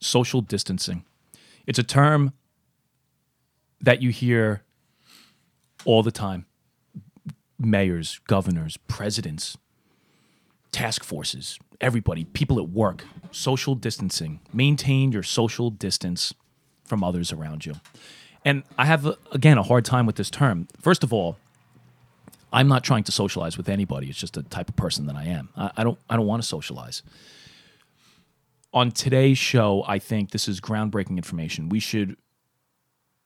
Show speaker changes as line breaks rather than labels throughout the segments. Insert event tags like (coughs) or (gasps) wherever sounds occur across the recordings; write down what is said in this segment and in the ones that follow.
social distancing. It's a term that you hear all the time mayors, governors, presidents, task forces, everybody, people at work, social distancing. Maintain your social distance from others around you. And I have, uh, again, a hard time with this term. First of all, I'm not trying to socialize with anybody. It's just the type of person that I am. I, I don't I don't want to socialize. On today's show, I think this is groundbreaking information. We should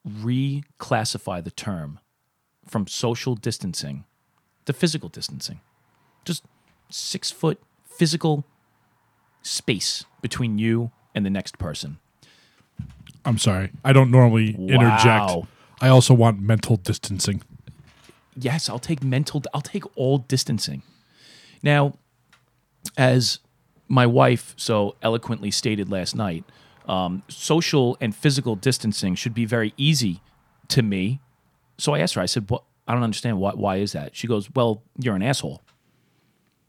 reclassify the term from social distancing to physical distancing. Just six foot physical space between you and the next person.
I'm sorry. I don't normally
Wow.
interject. I also want mental distancing.
yes, I'll take mental, I'll take all distancing. Now, as my wife so eloquently stated last night, um, social and physical distancing should be very easy to me. So I asked her, I said, what? I don't understand. Why, why is that? She goes, Well, you're an asshole.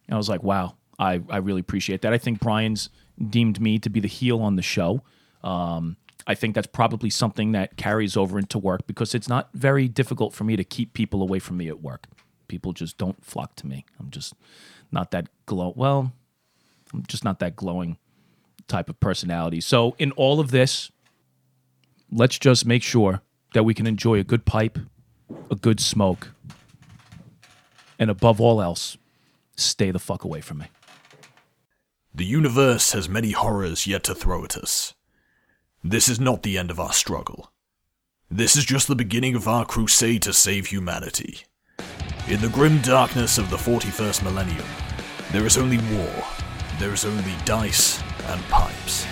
And I was like, Wow, I, I really appreciate that. I think Brian's deemed me to be the heel on the show. Um, I think that's probably something that carries over into work because it's not very difficult for me to keep people away from me at work. People just don't flock to me. I'm just not that glow. Well, I'm just not that glowing type of personality. So, in all of this, let's just make sure that we can enjoy a good pipe, a good smoke, and above all else, stay the fuck away from me.
The universe has many horrors yet to throw at us. This is not the end of our struggle. This is just the beginning of our crusade to save humanity. In the grim darkness of the 41st millennium, there is only war, there is only dice and pipes.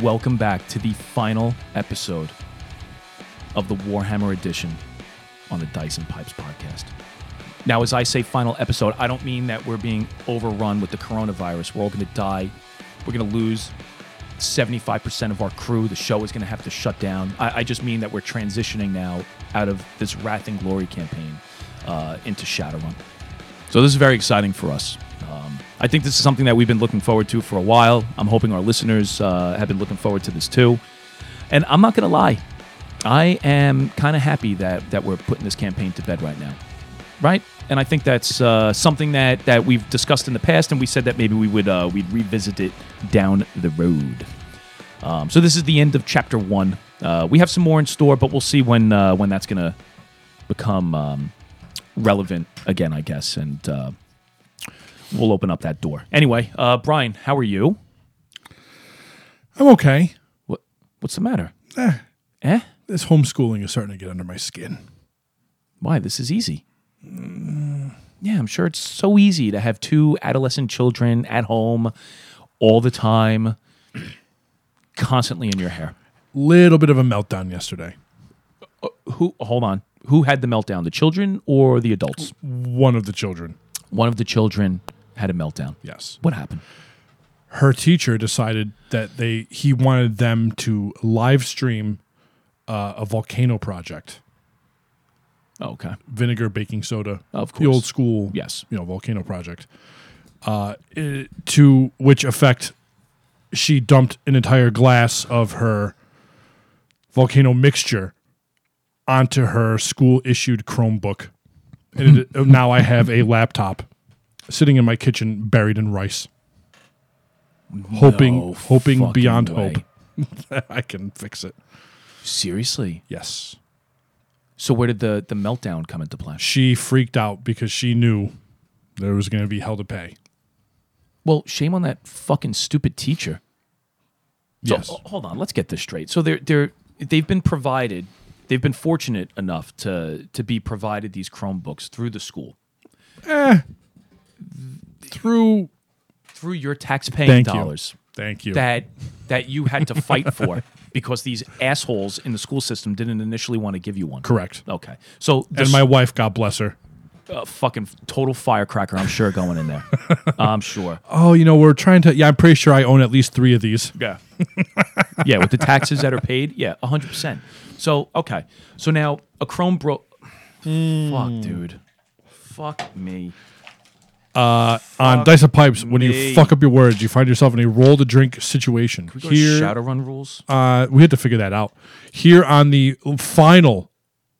Welcome back to the final episode of the Warhammer edition on the Dyson Pipes podcast. Now, as I say final episode, I don't mean that we're being overrun with the coronavirus. We're all going to die. We're going to lose 75% of our crew. The show is going to have to shut down. I, I just mean that we're transitioning now out of this Wrath and Glory campaign uh, into Shadowrun. So this is very exciting for us. Um, I think this is something that we've been looking forward to for a while. I'm hoping our listeners uh, have been looking forward to this too. And I'm not going to lie, I am kind of happy that that we're putting this campaign to bed right now, right? And I think that's uh, something that that we've discussed in the past, and we said that maybe we would uh, we'd revisit it down the road. Um, so this is the end of chapter one. Uh, we have some more in store, but we'll see when uh, when that's going to become. Um, relevant again, I guess, and uh, we'll open up that door. Anyway, uh, Brian, how are you?
I'm okay.
What What's the matter? Eh?
This homeschooling is starting to get under my skin.
Why? This is easy. Yeah, I'm sure it's so easy to have two adolescent children at home all the time, constantly in your hair.
Little bit of a meltdown yesterday.
Who? Hold on. Who had the meltdown? The children or the adults?
One of the children.
One of the children had a meltdown.
Yes.
What happened?
Her teacher decided that they he wanted them to live stream uh, a volcano project.
Oh, Okay.
vinegar baking soda
Of
the
course.
old school
Yes.
you know volcano project uh, it- to which effect she dumped an entire glass of her volcano mixture onto her school issued chromebook
(laughs)
and it, now i have a laptop sitting in my kitchen buried in rice hoping
No
hoping
fucking
beyond
way.
hope (laughs) that i can fix it
Seriously.
yes
So where did the the meltdown come into play?
she freaked out because she knew there was going to be hell to pay
Well, shame on that fucking stupid teacher. So,
Yes.
h- hold on, let's get this straight. So they're they're they've been provided, they've been fortunate enough to to be provided these Chromebooks through the school,
Eh. through
through your taxpaying
thank
dollars
you thank you
that that you had to fight for (laughs) because these assholes in the school system didn't initially want to give you one.
correct
Okay. So
and
this,
my wife god bless her
a fucking total firecracker. I'm sure going in
(laughs)
there. I'm sure.
Oh, you know, we're trying to. Yeah, I'm pretty sure I own at least three of these.
Yeah. yeah, with the taxes that are paid, yeah, 100%. So, okay. So now a Chrome bro
Hmm.
Fuck, dude. Fuck me.
On Dice of Pipes, when
me.
you fuck up your words, you find yourself in a roll to drink situation.
We go to
Here,
Shadowrun rules.
uh, we had to figure that out. Here on the final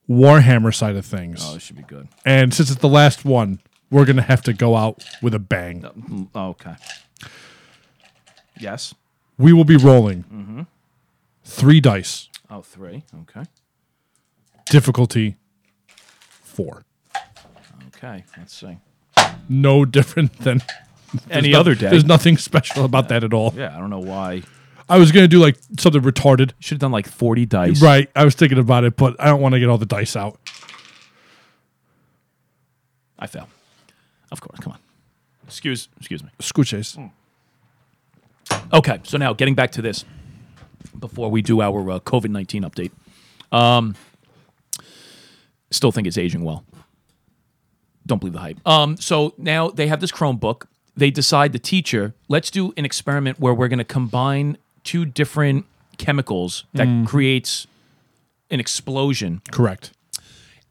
Warhammer side of things,
Oh, this should be good.
and since it's the last one, we're gonna have to go out with a bang.
Mm, Okay. Yes.
We will be rolling
Mm-hmm.
three dice,
Oh, three. Okay.
difficulty four.
Okay. Let's see.
No (laughs) different than
Any
there's no-
other day.
There's nothing special about that at all.
yeah, I don't know why.
I was gonna do like something retarded.
Should have done like 40 dice.
Right. I was thinking about it, but I don't want to get all the dice out.
I fell. Of course. Come on. Excuse excuse me.
Scuches.
Hmm. Okay, so now getting back to this, before we do our uh, COVID nineteen update, um, still think it's aging well. Don't believe the hype. Um, so now they have this Chromebook. They decide the teacher. Let's do an experiment where we're going to combine two different chemicals that creates an explosion,
Correct.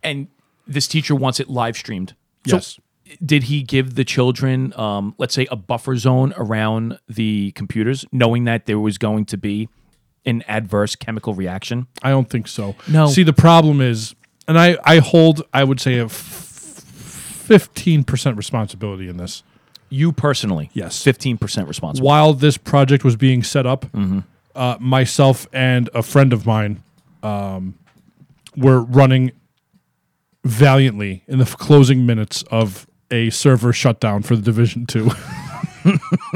and this teacher wants it live streamed. So
Yes.
did he give the children, um, let's say, a buffer zone around the computers, knowing that there was going to be an adverse chemical reaction?
I don't think so.
No.
See, the problem is, and I, I hold, I would say, a fifteen percent responsibility in this.
You personally,
Yes.
fifteen percent responsible.
While this project was being set up,
Mm-hmm.
uh, myself and a friend of mine um, were running valiantly in the f- closing minutes of a server shutdown for the Division Two.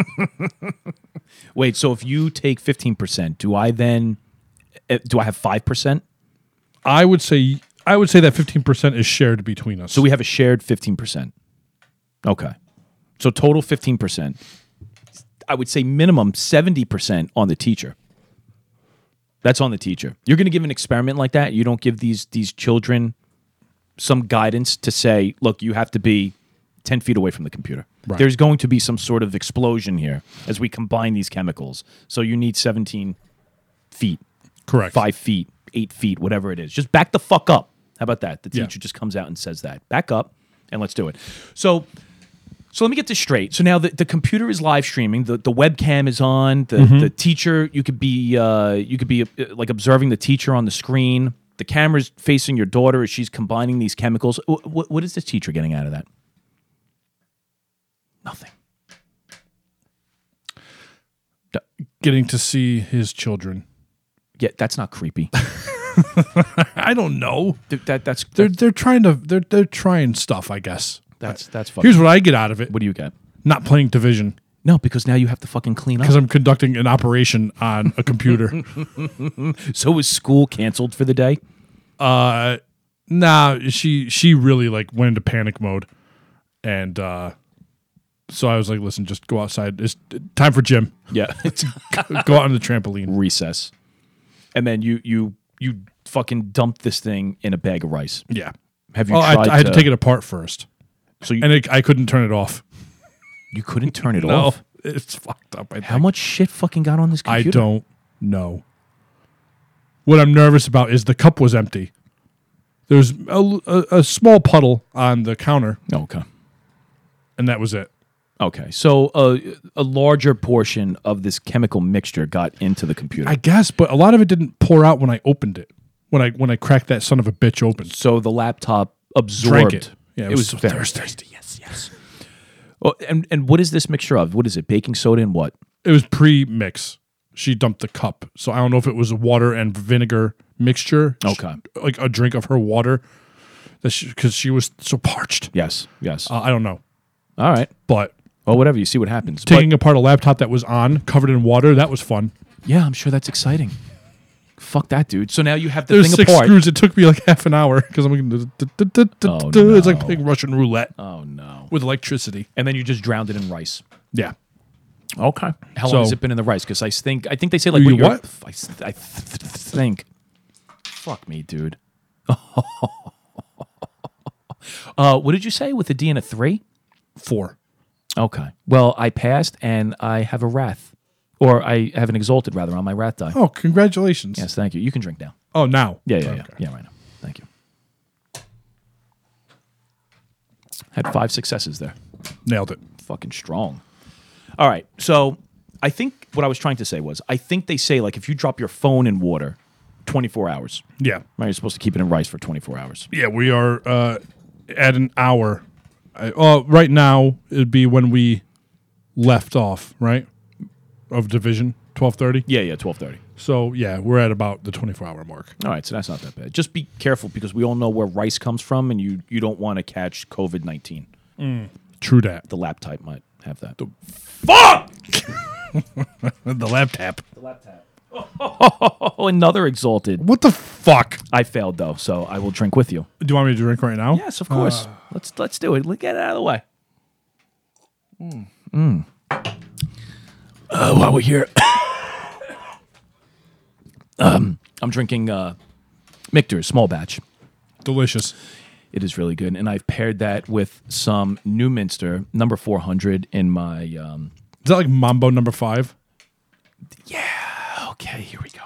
(laughs)
Wait, so if you take fifteen percent, do I then eh, do I have five percent?
I would say, I would say that fifteen percent is shared between us.
So we have a shared fifteen percent. Okay, so total fifteen percent. I would say minimum seventy percent on the teacher. That's on the teacher. You're going to give an experiment like that. You don't give these these children some guidance to say, look, you have to be ten feet away from the computer.
Right.
There's going to be some sort of explosion here as we combine these chemicals. So you need seventeen feet
correct.
five feet, eight feet, whatever it is. Just back the fuck up. How about that? The
Yeah.
teacher just comes out and says that. Back up and let's do it. So so let me get this straight. So now the, the computer is live streaming. The, the webcam is on. The,
Mm-hmm.
the teacher you could be uh, you could be uh, like observing the teacher on the screen. The camera's facing your daughter as she's combining these chemicals. Wh- wh- what is this teacher getting out of that? Nothing.
Getting to see his children.
Yeah, that's not creepy.
(laughs) I don't know.
Th- that that's
They're they're trying to they're they're trying stuff. I guess.
that's that's fucking.
Here's what I get out of it:
what do you get?
not playing Division
No, because now you have to fucking clean up.
because I'm conducting an operation on
(laughs)
a computer.
So was school canceled for the day?
uh, nah, she she really like went into panic mode, and uh, so I was like, listen, just go outside. It's time
(laughs)
for gym. (laughs)
Yeah.
go out on the trampoline.
Recess. And then you you you fucking dumped this thing in a bag of rice.
Yeah.
Have you
Oh, I,
tried
I had to take it apart first,
So you,
and it, I couldn't turn it off.
you couldn't turn it
Oh,
off.
it's fucked up. I think.
How much shit fucking got on this
I
computer?
don't know. What I'm nervous about is the cup was empty. There's a, a, a small puddle on the counter,
Okay.
and that was it.
Okay. So uh, a larger portion of this chemical mixture got into the computer.
I guess, but a lot of it didn't pour out when I opened it. When I when I cracked that son of a bitch open,
so the laptop absorbed.
drank it. Yeah,
it, was,
so
very
thirsty.
Yes, yes. Oh, and and what is this mixture of? What is it? Baking soda and what?
It was pre-mix. She dumped the cup, so I don't know if it was a water and vinegar mixture.
Okay.
like a drink of her water, because she, 'cause she was so parched.
Yes, yes.
Uh, I don't know,
All right.
but
Well, whatever. You see what happens. But-
taking apart a laptop that was on covered in water that was fun.
Yeah, I'm sure that's exciting. Fuck that, dude. So now you have the
There's
thing
six
apart.
screws. It took me like (laughs) half an hour because I'm like,
Oh,
it's like
no.
playing Russian roulette
Oh no!
with electricity.
And then you just drowned it in rice.
Yeah,
Okay. How long
So-
has it been in the rice? Because I think I think they say like
You
when you're-
what?
I, s- I th- th- th- think. Fuck me, dude. (laughs) Uh, what did you say with a D and a three?
Four.
Okay. Well, I passed, and I have a wrath, or I have an exalted rather on my wrath die.
Oh, congratulations.
Yes, thank you. You can drink now.
Oh, now.
Yeah, yeah, yeah,
Okay.
yeah. Right now. Thank you. Had five successes there.
Nailed it.
fucking strong. All right. So I think what I was trying to say was I think they say like if you drop your phone in water, 24 hours.
Yeah.
Right, you're supposed to keep it in rice for 24 hours.
Yeah, we are uh, at an hour. I, uh, right now, it'd be when we left off, right? Of division, 1230.
Yeah, yeah, 12:30.
So, yeah, we're at about the 24 hour mark.
All right, so that's not that bad. Just be careful because we all know where rice comes from, and you you don't want to catch COVID 19.
True that.
The lap type might have that. The,
Fuck! (laughs) the laptop.
lap type. Oh, another exalted.
What the fuck?
I failed though, so I will drink with you.
Do you want me to drink right now?
Yes, of course. let's let's do it. Let's get it out of the way. Uh, while we're here, (coughs) um, I'm drinking uh, Michter's small batch.
Delicious.
It is really good, and I've paired that with some New Minster number 400 in my. Um,
Is that like Mambo number five?
okay, here we go.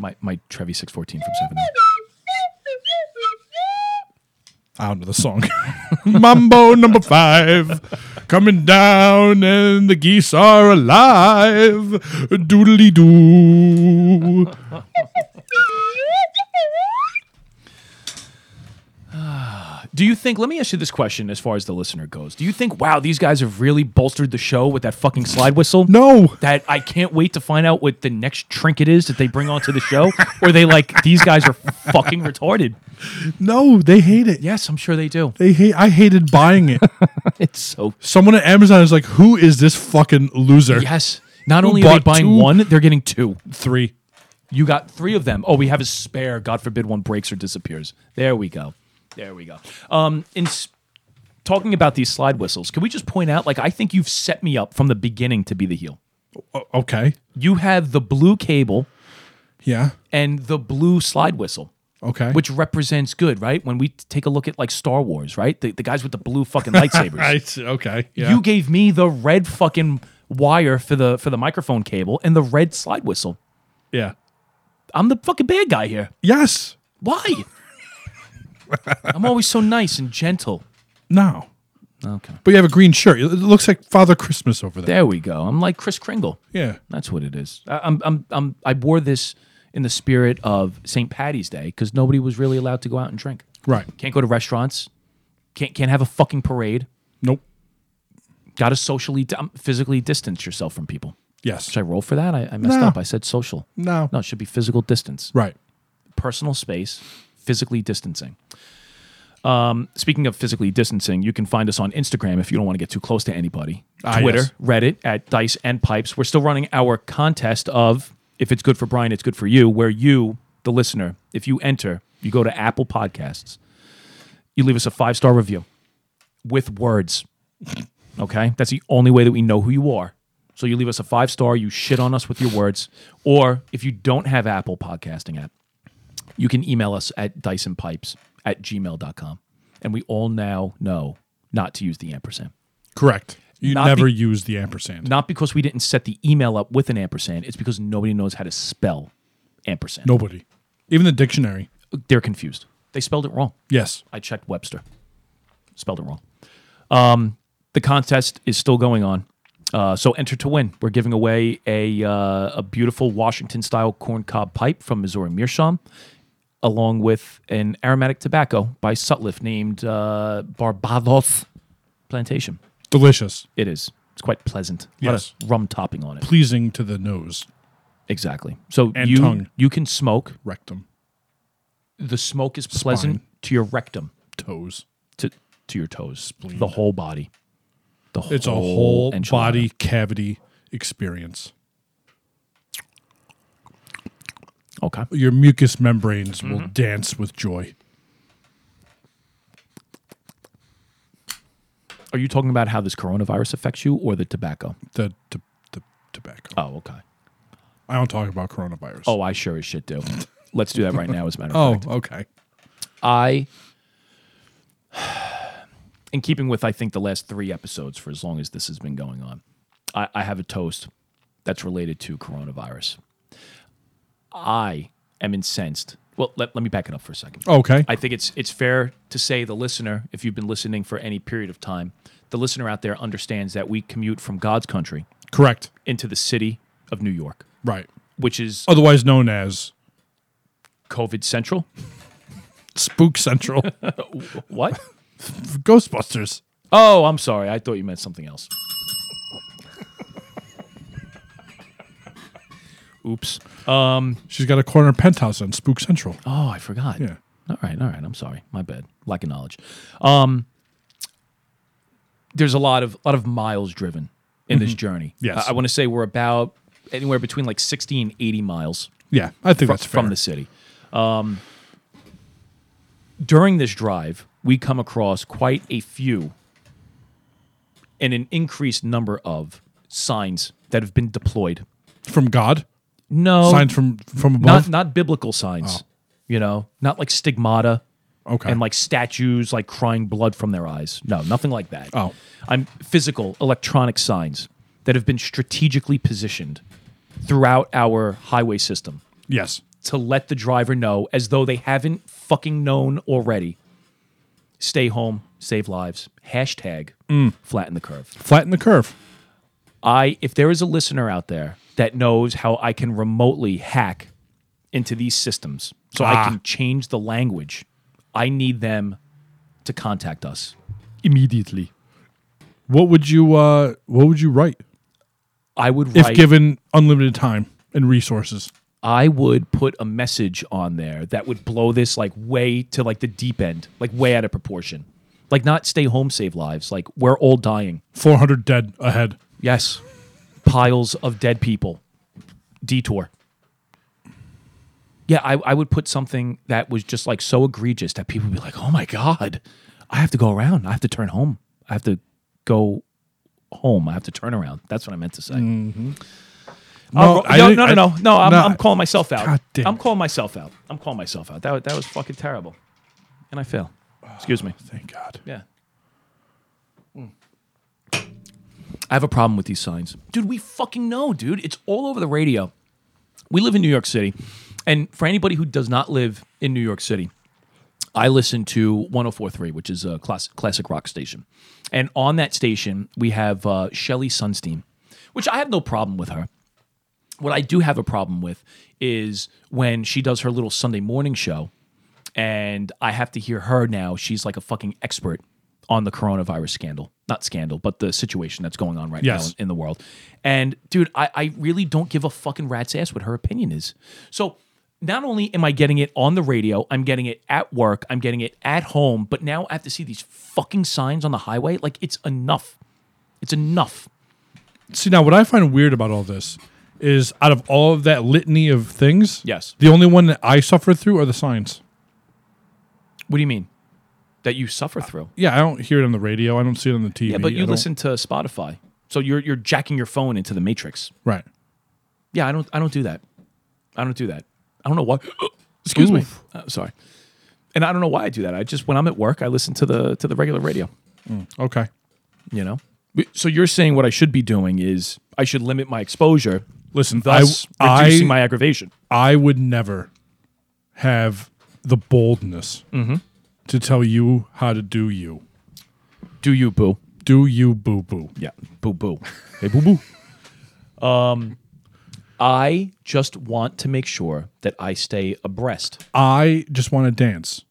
My my Trevi 614 from seven.
I don't know the song. (laughs) Mambo number five. Coming down and the geese are alive. Doodly doo.
Do you think? Let me ask you this question, as far as the listener goes. Do you think? Wow, these guys have really bolstered the show with that fucking slide whistle.
No.
that I can't wait to find out what the next trinket is that they bring onto the show. or they like these guys are fucking retarded.
No, they hate it.
Yes, I'm sure they do.
They hate I hated buying it.
(laughs) It's so
Someone at Amazon is like, who is this fucking loser?
(laughs) yes. Not
Who
only are they
bought
buying
two?
one, they're getting two.
Three.
You got three of them. Oh, we have a spare. God forbid one breaks or disappears. There we go. There we go. Um, in s- talking about these slide whistles, can we just point out? Like, I think you've set me up from the beginning to be the heel.
O- okay.
You have the blue cable
Yeah.
and the blue slide whistle.
Okay.
which represents good, right? When we t- take a look at like Star Wars, right? The, the guys with the blue fucking lightsabers.
I see. okay. Yeah.
You gave me the red fucking wire for the for the microphone cable and the red slide whistle.
yeah.
I'm the fucking bad guy here.
Yes.
Why? I'm always so nice and gentle.
No.
Okay.
But you have a green shirt. It it looks like Father Christmas over there.
There we go. I'm like Chris Kringle.
Yeah.
That's what it is. I, I'm, I'm, I'm, I wore this in the spirit of St. Patty's Day because nobody was really allowed to go out and drink.
Right.
Can't go to restaurants. Can't, can't have a fucking parade.
Nope.
got to socially, um, physically distance yourself from people.
Yes.
Should I roll for that? I, I messed
No.
up. I said social.
No.
No, it should be physical distance,
Right.
personal space, physically distancing. Um, speaking of physically distancing, you can find us on Instagram if you don't want to get too close to anybody.
Ah,
Twitter,
yes.
Reddit at Dice and Pipes. We're still running our contest of if it's good for Brian, it's good for you, where you, the listener, if you enter, you go to Apple Podcasts, you leave us a five star review with words. Okay? That's the only way that we know who you are. So you leave us a five star, you shit on us with your words. Or if you don't have Apple podcasting app, you can email us at dysonpipes at gmail.com. And we all now know not to use the ampersand.
Correct. You
Not
never
be-
use the ampersand.
Not because we didn't set the email up with an ampersand, it's because nobody knows how to spell ampersand.
Nobody. Even the dictionary.
They're confused. They spelled it wrong.
Yes.
I checked Webster. Spelled it wrong. Um, the contest is still going on. Uh, so enter to win. We're giving away a uh, a beautiful Washington style corncob pipe from Missouri Meerschaum, along with an aromatic tobacco by Sutliff named uh, Barbados Plantation.
Delicious.
It is. It's quite pleasant. A lot of
Yes.
rum topping on it.
Pleasing to the nose.
Exactly. So
And
you
tongue.
you can smoke.
Rectum.
The smoke is pleasant to your rectum.
Toes.
to to your toes, the whole body. The whole
It's a whole
enchilada.
body cavity experience.
Okay.
Your mucous membranes will
Mm-hmm.
dance with joy.
Are you talking about how this coronavirus affects you or the tobacco?
The, the, the tobacco.
Oh, okay.
I don't talk about coronavirus.
Oh, I sure as shit do. Let's do that right now. As a matter of
Oh,
fact,
okay.
I (sighs) in keeping with I think the last three episodes for as long as this has been going on, I, I have a toast that's related to coronavirus. I am incensed. Well, let, let me back it up for a second.
Okay.
I think it's it's fair to say the listener, if you've been listening for any period of time, the listener out there understands that we commute from God's country
Correct.
into the city of New York,
Right.
which is
Otherwise known as
COVID central. (laughs)
Spook Central
What?
for Ghostbusters.
Oh, I'm sorry. I thought you meant something else. Oops.
She's got a corner penthouse on Spook Central.
Oh, I forgot.
Yeah.
All right, all right. I'm sorry. My bad. Lack of knowledge. Um, there's a lot of lot of miles driven in this journey.
Mm-hmm. Yes.
I, want to say we're about anywhere between like 60 and 80 miles
Yeah, I think that's fair.
from the city. Um, during this drive, we come across quite a few and an increased number of signs that have been deployed.
from God.
No,
Signs Oh. from from
not
above.
not biblical signs. You know, not like stigmata
okay.
and like statues like crying blood from their eyes. No, nothing like that.
Oh.
I'm physical electronic signs that have been strategically positioned throughout our highway system
yes.
to let the driver know as though they haven't fucking known already. Stay home, save lives. Hashtag flatten the curve.
Flatten the curve.
I if there is a listener out there that knows how I can remotely hack into these systems so I
Ah.
can change the language, I need them to contact us immediately.
What would you uh what would you write
I would
if
write
given unlimited time and resources?
I would put a message on there that would blow this like way to like the deep end, like way out of proportion. Like not stay home save lives, like we're all dying.
400 dead ahead.
Yes. Piles of dead people. Detour. Yeah, I, I would put something that was just like so egregious that people would be like, oh my God, I have to go around. I have to turn home. I have to go home. I have to turn around. That's what I meant to say. I'll
Mm-hmm. No,
ro-
I
no,
think-
no, no,
I-
no, no, I'm,
no,
I'm calling myself out.
God damn
I'm
it.
calling myself out. I'm calling myself out. That, wa- that was fucking terrible. And I fail. Excuse me.
Thank God.
Yeah. I have a problem with these signs. Dude, we fucking know, dude. It's all over the radio. We live in New York City. And for anybody who does not live in New York City, I listen to 1043, which is a class, classic rock station. And on that station, we have uh, Shelly Sunstein, which I have no problem with her. What I do have a problem with is when she does her little Sunday morning show and I have to hear her now. She's like a fucking expert on the coronavirus scandal. Not scandal, but the situation that's going on right
Yes.
now in, in the world. And dude, I, I really don't give a fucking rat's ass what her opinion is. So not only am I getting it on the radio, I'm getting it at work, I'm getting it at home, but now I have to see these fucking signs on the highway. Like it's enough. It's enough.
See now what I find weird about all this is out of all of that litany of things,
Yes.
the only one that I suffer through are the signs.
What do you mean? That you suffer through.
Yeah, I don't hear it on the radio. I don't see it on the TV.
Yeah, but
I
you
don't-
listen to Spotify. So you're you're jacking your phone into the matrix.
Right.
Yeah, I don't. I don't do that. I don't do that. I don't know why. (gasps) Excuse me.
Oof.
Uh, sorry. And I don't know why I do that. I just when I'm at work, I listen to the to the regular radio.
Okay.
You know. So you're saying what I should be doing is I should limit my exposure,
Listen, I
thus
I-
reducing my aggravation.
I would never have the boldness
Mm-hmm.
to tell you how to do you.
Do you boo?
Do you boo boo.
Yeah, boo boo.
Hey boo boo.
Um, I just want to make sure that I stay abreast.
I just want to dance.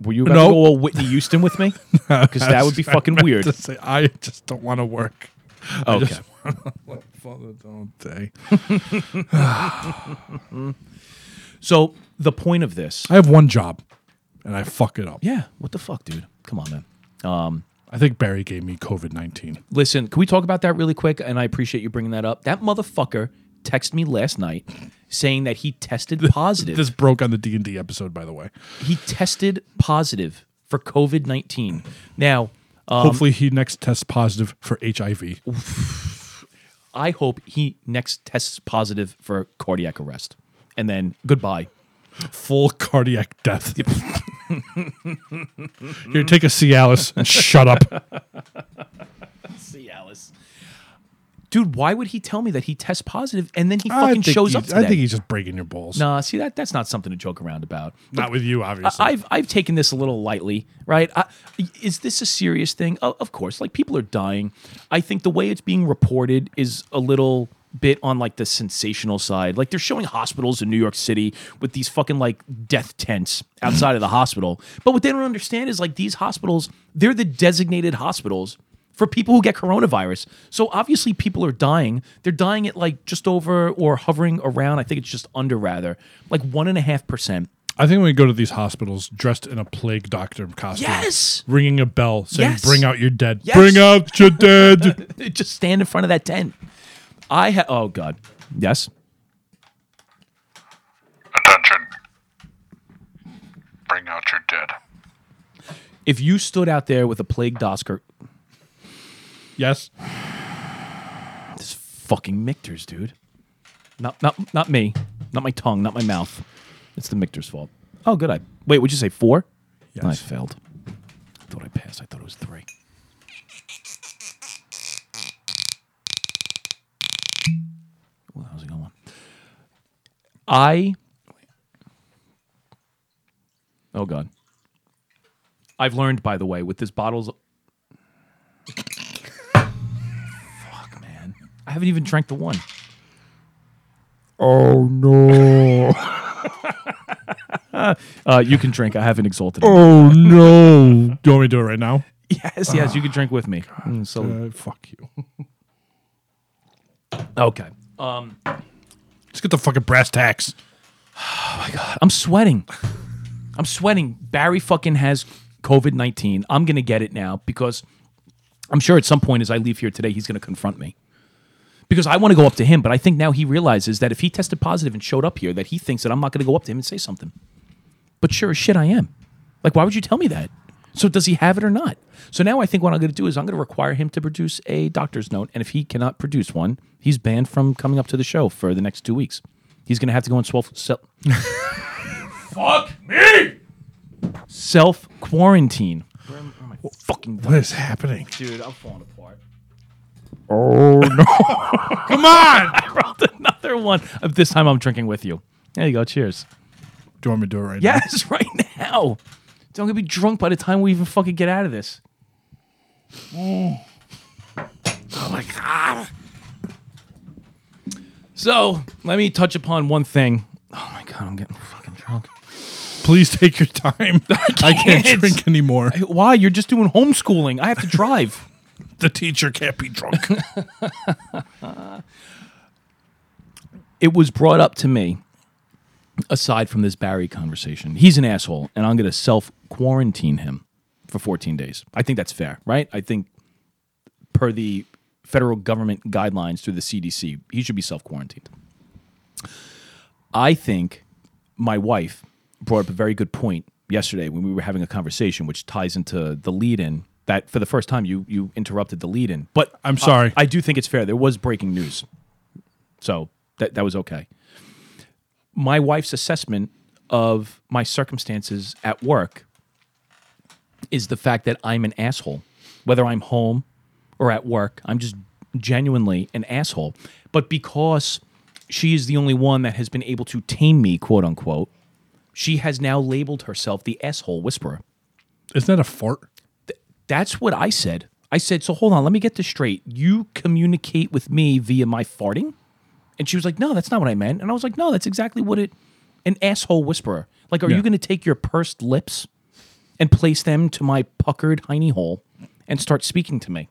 Were you going to
No.
go all Whitney Houston with
(laughs)
me? Because that would be fucking weird.
To say, I just don't want to work. I
Okay.
(laughs) just want to like follow the whole day.
So the point of this.
I have one job and I fuck it up.
Yeah. What the fuck, dude? Come on, man.
I think Barry gave me COVID 19.
Listen, can we talk about that really quick? And I appreciate you bringing that up. That motherfucker texted me last night saying that he
(laughs)
tested positive.
This broke on the D&D episode by the way.
he tested positive for COVID 19. Now, uh,
Hopefully he next tests positive for HIV.
I hope he next tests positive for cardiac arrest. And then goodbye.
Full cardiac death. (laughs) Here, take a Cialis and shut
(laughs)
up.
See, Alice. Dude, why would he tell me that he tests positive and then he
I
fucking
think
shows
he-
up today?
I think he's just breaking your balls.
Nah, see that that's not something to joke around about.
Not with you, obviously.
I've I've taken this a little lightly, right? I, is this a serious thing? O- of course, like people are dying. I think the way it's being reported is a little bit on like the sensational side. Like they're showing hospitals in New York City with these fucking like death tents outside of the hospital. But what they don't understand is like these hospitals, they're the designated hospitals for people who get coronavirus. So obviously people are dying. They're dying at like just over or hovering around, I think it's just under rather, like one and a half percent.
I think when we go to these hospitals dressed in a plague doctor costume,
Yes!
ringing a bell saying,
Yes!
"Bring out your dead!
Yes!
Bring out
(laughs)
your dead!"
just stand in front of that tent. I ha- oh god, yes.
Attention. Bring out your dead.
If you stood out there with a plague doctor,
yes,
this fucking Mictors, dude. Not not not me, not my tongue, not my mouth. It's the Mictors' fault. Oh, good. I wait. Would you say four?
Yes.
I failed. I thought I passed. I thought it was three. Well, that was a good one. I. Oh God. I've learned, by the way, with this bottles. Fuck, man. I haven't even drank the one.
Oh no!
Uh, you can drink. I haven't exalted. it.
Oh no! Do you want me to do it right now?
Yes, yes, you can drink with me. Mm, so
Uh, fuck you.
okay,
Let's get the fucking brass tacks.
I'm sweating. I'm sweating. Barry fucking has COVID nineteen. I'm gonna get it now because I'm sure at some point as I leave here today, he's gonna confront me because I want to go up to him. But I think now he realizes that if he tested positive and showed up here, that he thinks that I'm not gonna go up to him and say something. But sure as shit, I am. Like, why would you tell me that? So does he have it or not? So now I think what I'm going to do is I'm going to require him to produce a doctor's note, and if he cannot produce one, he's banned from coming up to the show for the next two weeks. He's going to have to go and self self fuck me self quarantine. Where am, where am I fucking
What is happening?
dude? I'm falling apart.
Oh no! (laughs) Come on!
I rolled another one. Uh, This time I'm drinking with you. There you go. Cheers.
Do you want me to do it right now?
Yes, (laughs) right now. Don't get me drunk by the time we even fucking get out of this. Oh my god. So let me touch upon one thing. Oh my god, I'm getting fucking drunk.
Please take
(laughs)
your time. I can't
can't.
drink anymore.
Why? You're just doing homeschooling. I have to (laughs) drive.
The teacher can't be drunk.
it was brought up to me aside from this Barry conversation. He's an asshole, and I'm going to self quarantine him for 14 days. I think that's fair, right? I think per the federal government guidelines through the CDC, he should be self quarantined. I think my wife brought up a very good point yesterday when we were having a conversation, which ties into the lead in that for the first time you you interrupted the lead in. But
I'm sorry.
I do think it's fair. There was breaking news. So that, that was okay. My wife's assessment of my circumstances at work is the fact that I'm an asshole. Whether I'm home or at work, I'm just genuinely an asshole. But because she is the only one that has been able to tame me, quote unquote, she has now labeled herself the asshole whisperer.
(laughs) Isn't that
(laughs)
a fart?
That's what I said. I said, so hold on, let me get this straight. You communicate with me via my farting? And she was like, no, that's not what I meant. And I was like, no, that's exactly what it, an asshole whisperer. Like, are
Yeah.
you going to take your pursed lips and place them to my puckered hiney hole and start speaking to me?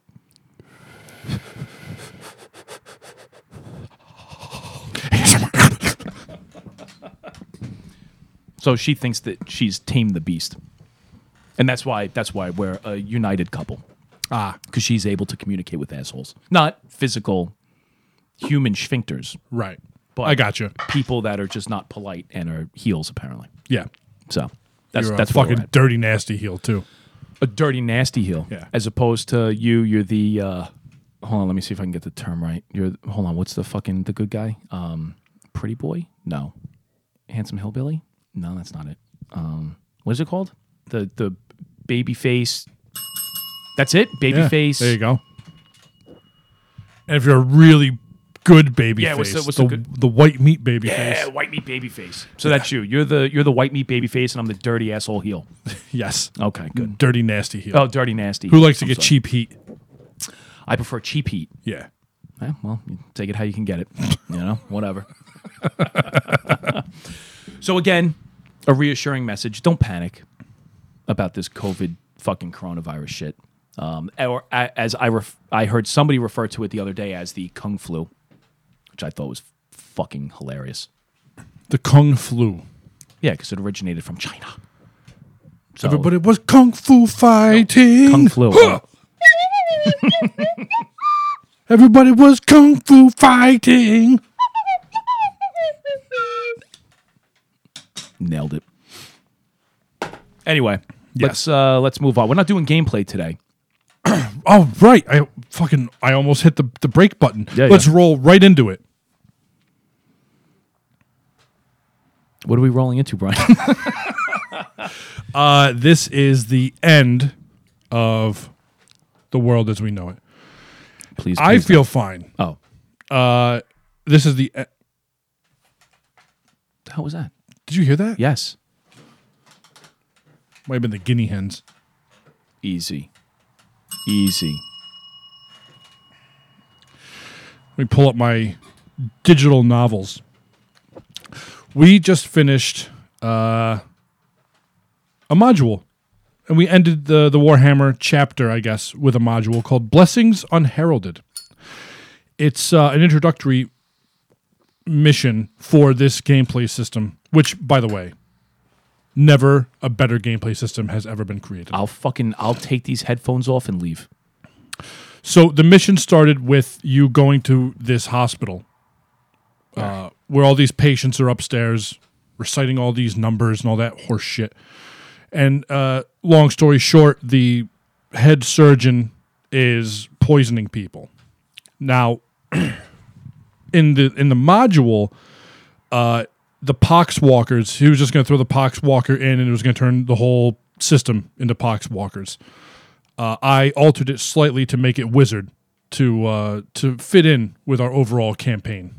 So she thinks that she's tamed the beast. And that's why that's why we're a united couple.
Ah,
Because she's able to communicate with assholes. Not physical human sphincters,
right.
But-
I got you.
people that are just not polite and are heels apparently.
Yeah,
So that's
you're
that's
a
where we're
fucking
at.
dirty, nasty heel too.
a dirty nasty heel.
Yeah.
As opposed to you, you're the uh hold on, let me see if I can get the term right. You're hold on, what's the fucking the good guy? Um pretty boy? No. Handsome hillbilly? No, that's not it. Um what is it called? the the baby face. That's it, baby
Yeah,
face.
There you go. And if you're a really good baby
Yeah, what's
face,
the- what's
the,
the
the,
good-
white meat baby
Yeah,
face.
white meat baby face. So that's you. You're the you're the white meat baby face, and I'm the dirty asshole heel.
Yes.
Okay, good.
Dirty nasty heel.
Oh, dirty nasty.
Mm. Who likes to
I'm
get
sorry.
cheap heat?
I prefer cheap heat.
Yeah.
Eh, well, you take it how you can get it. You know, (laughs) whatever. so again, a reassuring message. Don't panic about this COVID fucking coronavirus shit. Um, or a- as I ref- I heard somebody refer to it the other day as the kung flu, which I thought was fucking hilarious.
The kung
Oh.
flu.
Yeah, because it originated from China. (laughs) So,
Everybody was kung fu fighting.
kung flu. (laughs)
Everybody was kung fu fighting.
Nailed it. Anyway,
Yeah.
let's uh, let's move on. We're not doing gameplay today.
Oh right, I fucking I almost hit the the brake button.
Yeah,
Let's
yeah.
roll right into it.
What are we rolling into, Brian? (laughs)
Uh, this is the end of the world as we know it.
please,
I
please.
feel fine.
Oh,
Uh, this is the. e-
how was that?
Did you hear that?
Yes,
Might have been the guinea hens.
easy, easy.
Let me pull up my digital novels. We just finished uh, a module, and we ended the the Warhammer chapter, I guess, with a module called "Blessings Unheralded." It's uh, an introductory mission for this gameplay system, which, by the way, never a better gameplay system has ever been created.
I'll fucking I'll take these headphones off and leave.
So the mission started with you going to this hospital, uh, where all these patients are upstairs reciting all these numbers and all that horse shit. And uh, long story short, the head surgeon is poisoning people. Now, (clears throat) in the in the module, uh, the pox walkers. He was just going to throw the pox walker in, and it was going to turn the whole system into pox walkers. Uh, I altered it slightly to make it wizard to uh, to fit in with our overall campaign.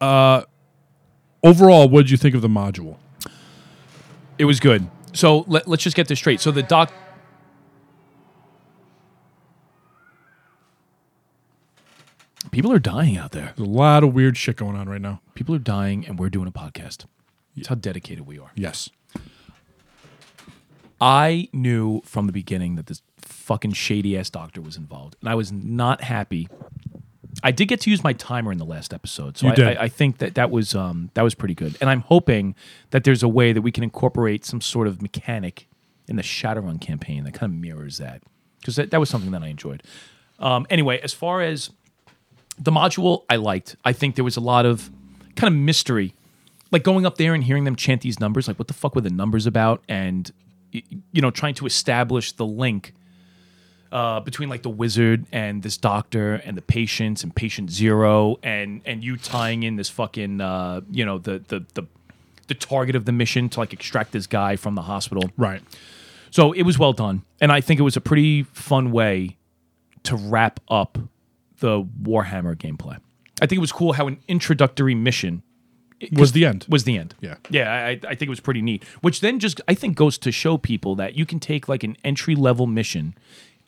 Uh, overall, what did you think of the module?
It was good. So let, let's just get this straight. So the doc. People are dying out there.
There's a lot of weird shit going on right now.
People are dying, and we're doing a podcast. That's how dedicated we are.
Yes,
I knew from the beginning that this fucking shady ass doctor was involved, and I was not happy. I did get to use my timer in the last episode, so
You
I,
did.
I, I think that that was um, that was pretty good. And I'm hoping that there's a way that we can incorporate some sort of mechanic in the Shadowrun campaign that kind of mirrors that, because that, that was something that I enjoyed. Um, anyway, as far as the module, I liked. I think there was a lot of kind of mystery like going up there and hearing them chant these numbers, like what the fuck were the numbers about? And y- you know, trying to establish the link uh, between like the wizard and this doctor and the patients and patient zero and and you tying in this fucking uh, you know the the the the target of the mission to like extract this guy from the hospital.
right.
So it was well done, and I think it was a pretty fun way to wrap up the Warhammer gameplay. I think it was cool how an introductory mission
Was the end?
was the end.
Yeah.
Yeah, I, I I think it was pretty neat. Which then just I think goes to show people that you can take like an entry level mission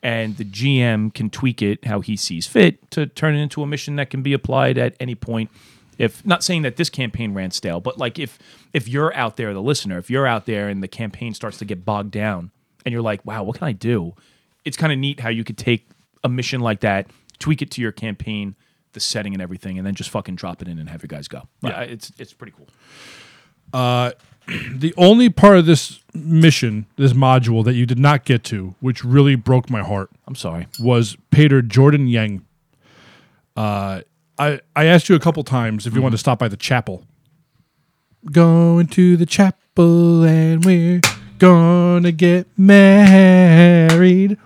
and the GM can tweak it how he sees fit to turn it into a mission that can be applied at any point. If not saying that this campaign ran stale, but like if if you're out there, the listener, if you're out there and the campaign starts to get bogged down and you're like, wow, what can I do? It's kind of neat how you could take a mission like that, tweak it to your campaign, the setting and everything, and then just fucking drop it in and have your guys go. Yeah. it's it's pretty cool.
The only part of this mission, this module that you did not get to, which really broke my heart,
I'm sorry.
was Pater Jordan Yang. Uh, I I asked you a couple times if you wanted to stop by the chapel. Going to the chapel and we're gonna get married.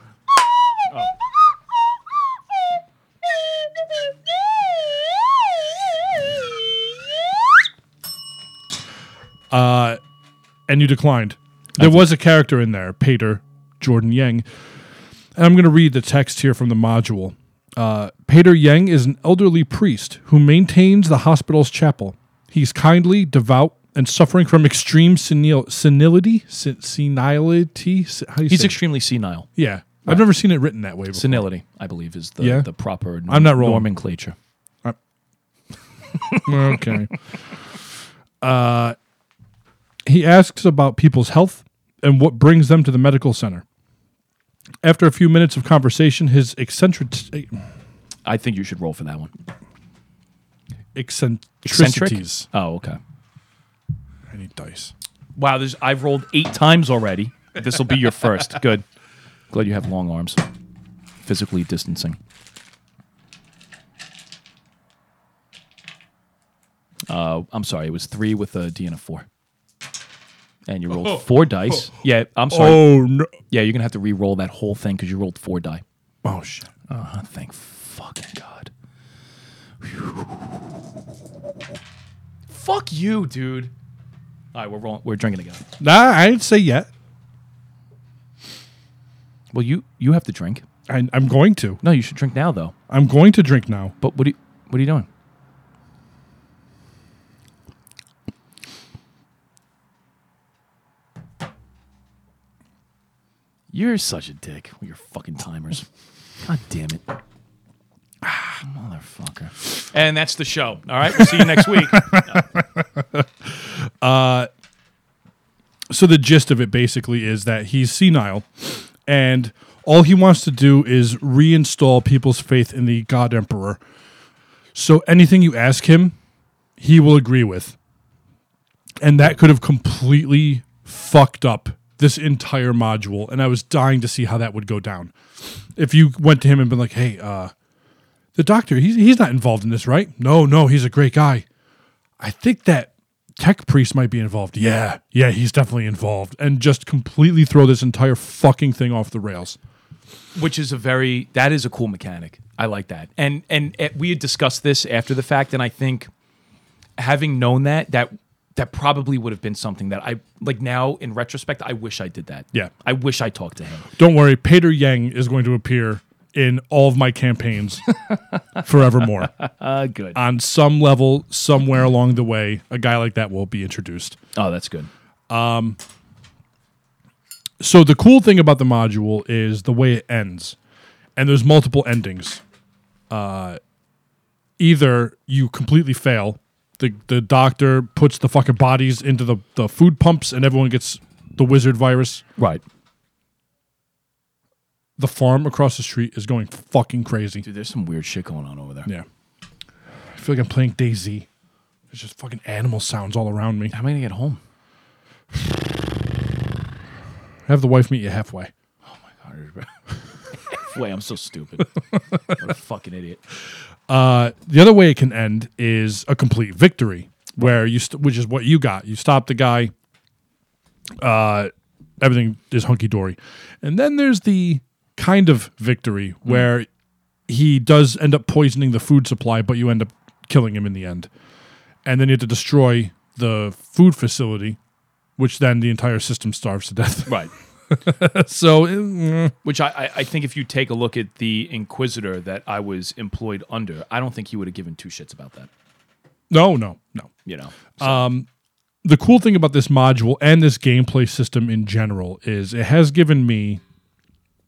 Uh, and you declined. There was a character in there, Pater Jordan Yang. And I'm going to read the text here from the module. Uh, Pater Yang is an elderly priest who maintains the hospital's chapel. He's kindly, devout, and suffering from extreme senil- senility. Sen- senility? Se- How do you
He's
say it?
extremely senile.
yeah. I've never seen it written that way before.
Senility, I believe, is the,
Yeah?
the proper
I'm not wrong.
nomenclature.
okay. (laughs) Uh, he asks about people's health and what brings them to the medical center. After a few minutes of conversation, his eccentric,
I think you should roll for that one. Eccentric?
eccentricities.
Oh, okay.
I need dice.
Wow, there's, I've rolled eight times already. This will be your (laughs) first. Good. Glad you have long arms. Physically distancing. Uh, I'm sorry, it was three with a D and a four. And you rolled four dice. Yeah, I'm sorry.
Oh no!
Yeah, you're going to have to re roll that whole thing because you rolled four die.
Oh shit!
Uh, thank fucking God. Whew. Fuck you, dude. All right, we're rolling. We're drinking again.
Nah, I didn't say yet.
Well, you you have to drink.
I, I'm going to.
No, you should drink now though.
I'm going to drink now.
But what are you, what are you doing? You're such a dick with your fucking timers. God damn it. Ah, Motherfucker. And that's the show. All right. We'll see you next week.
So the gist of it basically is that he's senile, and all he wants to do is reinstall people's faith in the God Emperor. So anything you ask him, he will agree with, and that could have completely fucked up this entire module. And I was dying to see how that would go down. If you went to him and been like, "Hey, uh, the doctor, he's he's not involved in this, right? No, no, he's a great guy." I think that tech priest might be involved. Yeah, yeah, he's definitely involved. And just completely throw this entire fucking thing off the rails.
which is a very that is a cool mechanic. I like that. And and eh, we had discussed this after the fact, and I think having known that that that probably would have been something that I like now in retrospect. I wish I did that.
Yeah.
I wish I talked to him.
Don't worry, Pater Yang is going to appear in all of my campaigns (laughs) forevermore.
Uh, good.
On some level, somewhere along the way, a guy like that will be introduced.
oh, that's good.
So the cool thing about the module is the way it ends, and there's multiple endings. Uh, either you completely fail, the the doctor puts the fucking bodies into the the food pumps, and everyone gets the wizard virus.
Right,
The farm across the street is going fucking crazy.
dude. There's some weird shit going on over there.
Yeah, I feel like I'm playing DayZ. There's just fucking animal sounds all around me.
How am I gonna get home?
Have the wife meet you halfway.
Wait, I'm so (laughs) stupid. what a fucking idiot.
Uh, the other way it can end is a complete victory, where you st- which is what you got. You stop the guy. Uh, everything is hunky dory, and then there's the kind of victory where he does end up poisoning the food supply, but you end up killing him in the end, and then you have to destroy the food facility, which then the entire system starves to death. (laughs)
Right.
so mm,
Which I, I, I think if you take a look at the Inquisitor that I was employed under, I don't think he would have given two shits about that.
no, no, no.
You know.
the cool thing about this module and this gameplay system in general is it has given me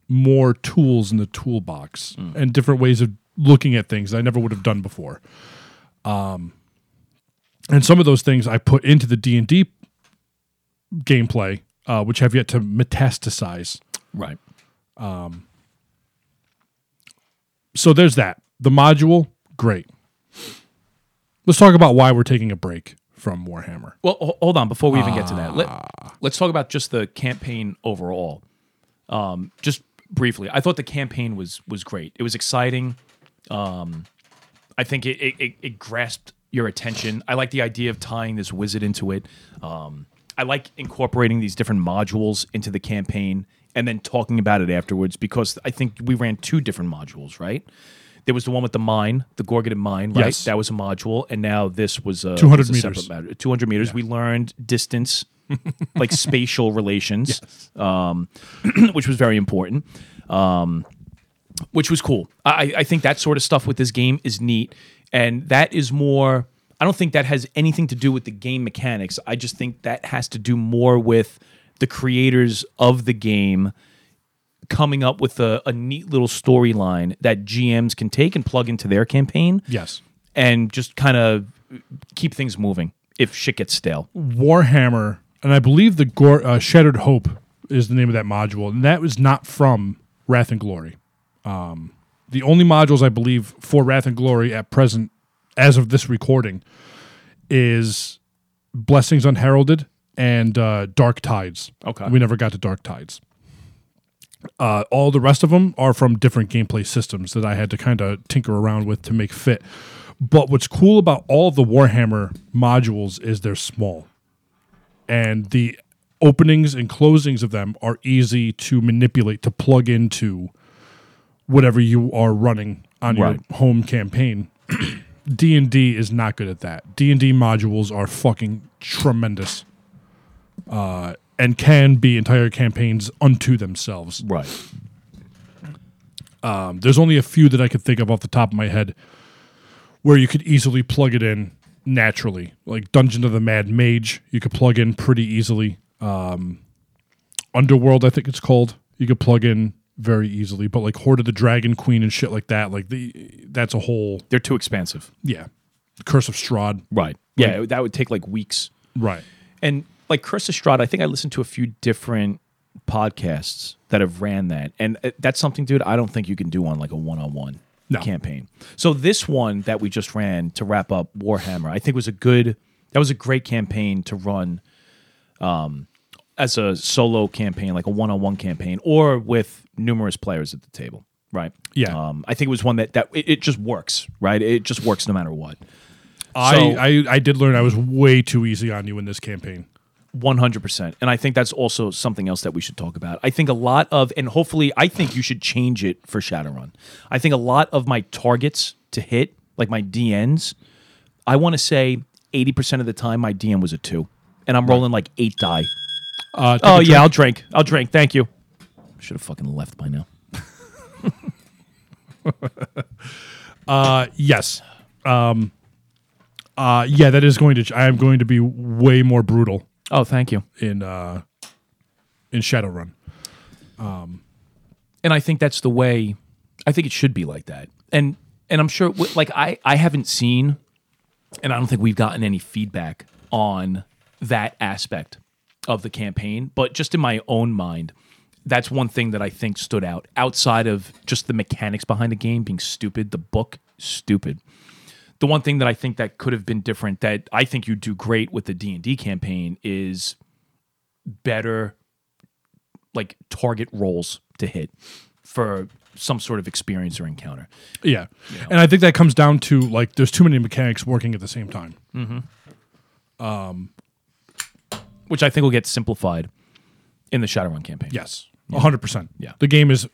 more tools in the toolbox and different ways of looking at things I never would have done before. Um, and some of those things I put into the D and D gameplay, uh, which have yet to metastasize.
Right.
So there's that. The module, great. Let's talk about why we're taking a break from Warhammer.
Well, ho- hold on before we even get to that. Let, let's talk about just the campaign overall. Um, just briefly, I thought the campaign was was great. It was exciting. Um, I think it, it, it, it grasped your attention. I like the idea of tying this wizard into it. Um, I like incorporating these different modules into the campaign and then talking about it afterwards because I think we ran two different modules, right? There was the one with the mine, the Gorgon mine, right?
Yes.
That was a module, and now this was a
200
was a
meters.
separate matter. 200 meters. We learned distance. like spatial relations, um, (clears throat) which was very important. Um, which was cool. I, I think that sort of stuff with this game is neat, and that is more. I don't think that has anything to do with the game mechanics. I just think that has to do more with the creators of the game coming up with a, a neat little storyline that GMs can take and plug into their campaign
Yes.
and just kind of keep things moving if shit gets stale.
Warhammer, and I believe the Gor uh, Shattered Hope is the name of that module, and that was not from Wrath and Glory. Um, the only modules I believe for Wrath and Glory at present, as of this recording, is Blessings Unheralded and uh, Dark Tides.
Okay.
we never got to Dark Tides. Uh, all the rest of them are from different gameplay systems that I had to kind of tinker around with to make fit. But what's cool about all the Warhammer modules is they're small and the openings and closings of them are easy to manipulate to plug into whatever you are running on
Right.
your home campaign. (clears throat) D&D is not good at that. D&D modules are fucking tremendous. Uh and can be entire campaigns unto themselves.
Right.
Um, there's only a few that I could think of off the top of my head where you could easily plug it in naturally, like Dungeon of the Mad Mage. You could plug in pretty easily. Um, Underworld, I think it's called. You could plug in very easily, but like Horde of the Dragon Queen and shit like that. Like the that's a whole
They're too expensive.
yeah. Curse of Strahd,
Right. Yeah, that would take like weeks.
right?
And like Chris Estrada, I think I listened to a few different podcasts that have ran that. And uh, that's something, dude, I don't think you can do on like a one on one
No.
campaign. So this one that we just ran to wrap up Warhammer, I think was a good, that was a great campaign to run um, as a solo campaign, like a one on one campaign, or with numerous players at the table. Right.
Yeah.
Um, I think it was one that that it, it just works. Right. It just works no matter what. So-
I, I I did learn I was way too easy on you in this campaign.
One hundred percent, and I think that's also something else that we should talk about. I think a lot of, and hopefully, I think you should change it for Shadowrun. I think a lot of my targets to hit, like my DNs, I want to say eighty percent of the time my DM was a two, and I'm rolling like eight die.
Uh,
Oh yeah, I'll drink. I'll drink. Thank you. Should have fucking left by now.
Uh, yes. Um, uh, yeah, that is going to. I am going to be way more brutal
Oh, thank you.
in uh, in Shadowrun.
and I think that's the way. I think it should be like that, and and I'm sure w- like I I haven't seen, and I don't think we've gotten any feedback on that aspect of the campaign. But just in my own mind, that's one thing that I think stood out outside of just the mechanics behind the game being stupid. The book stupid the one thing that I think that could have been different that I think you do great with the D and D campaign is better like target rolls to hit for some sort of experience or encounter.
Yeah. and I think that comes down to like there's too many mechanics working at the same time.
Which I think will get simplified in the Shadowrun campaign.
Yes, hundred percent.
Yeah.
the game is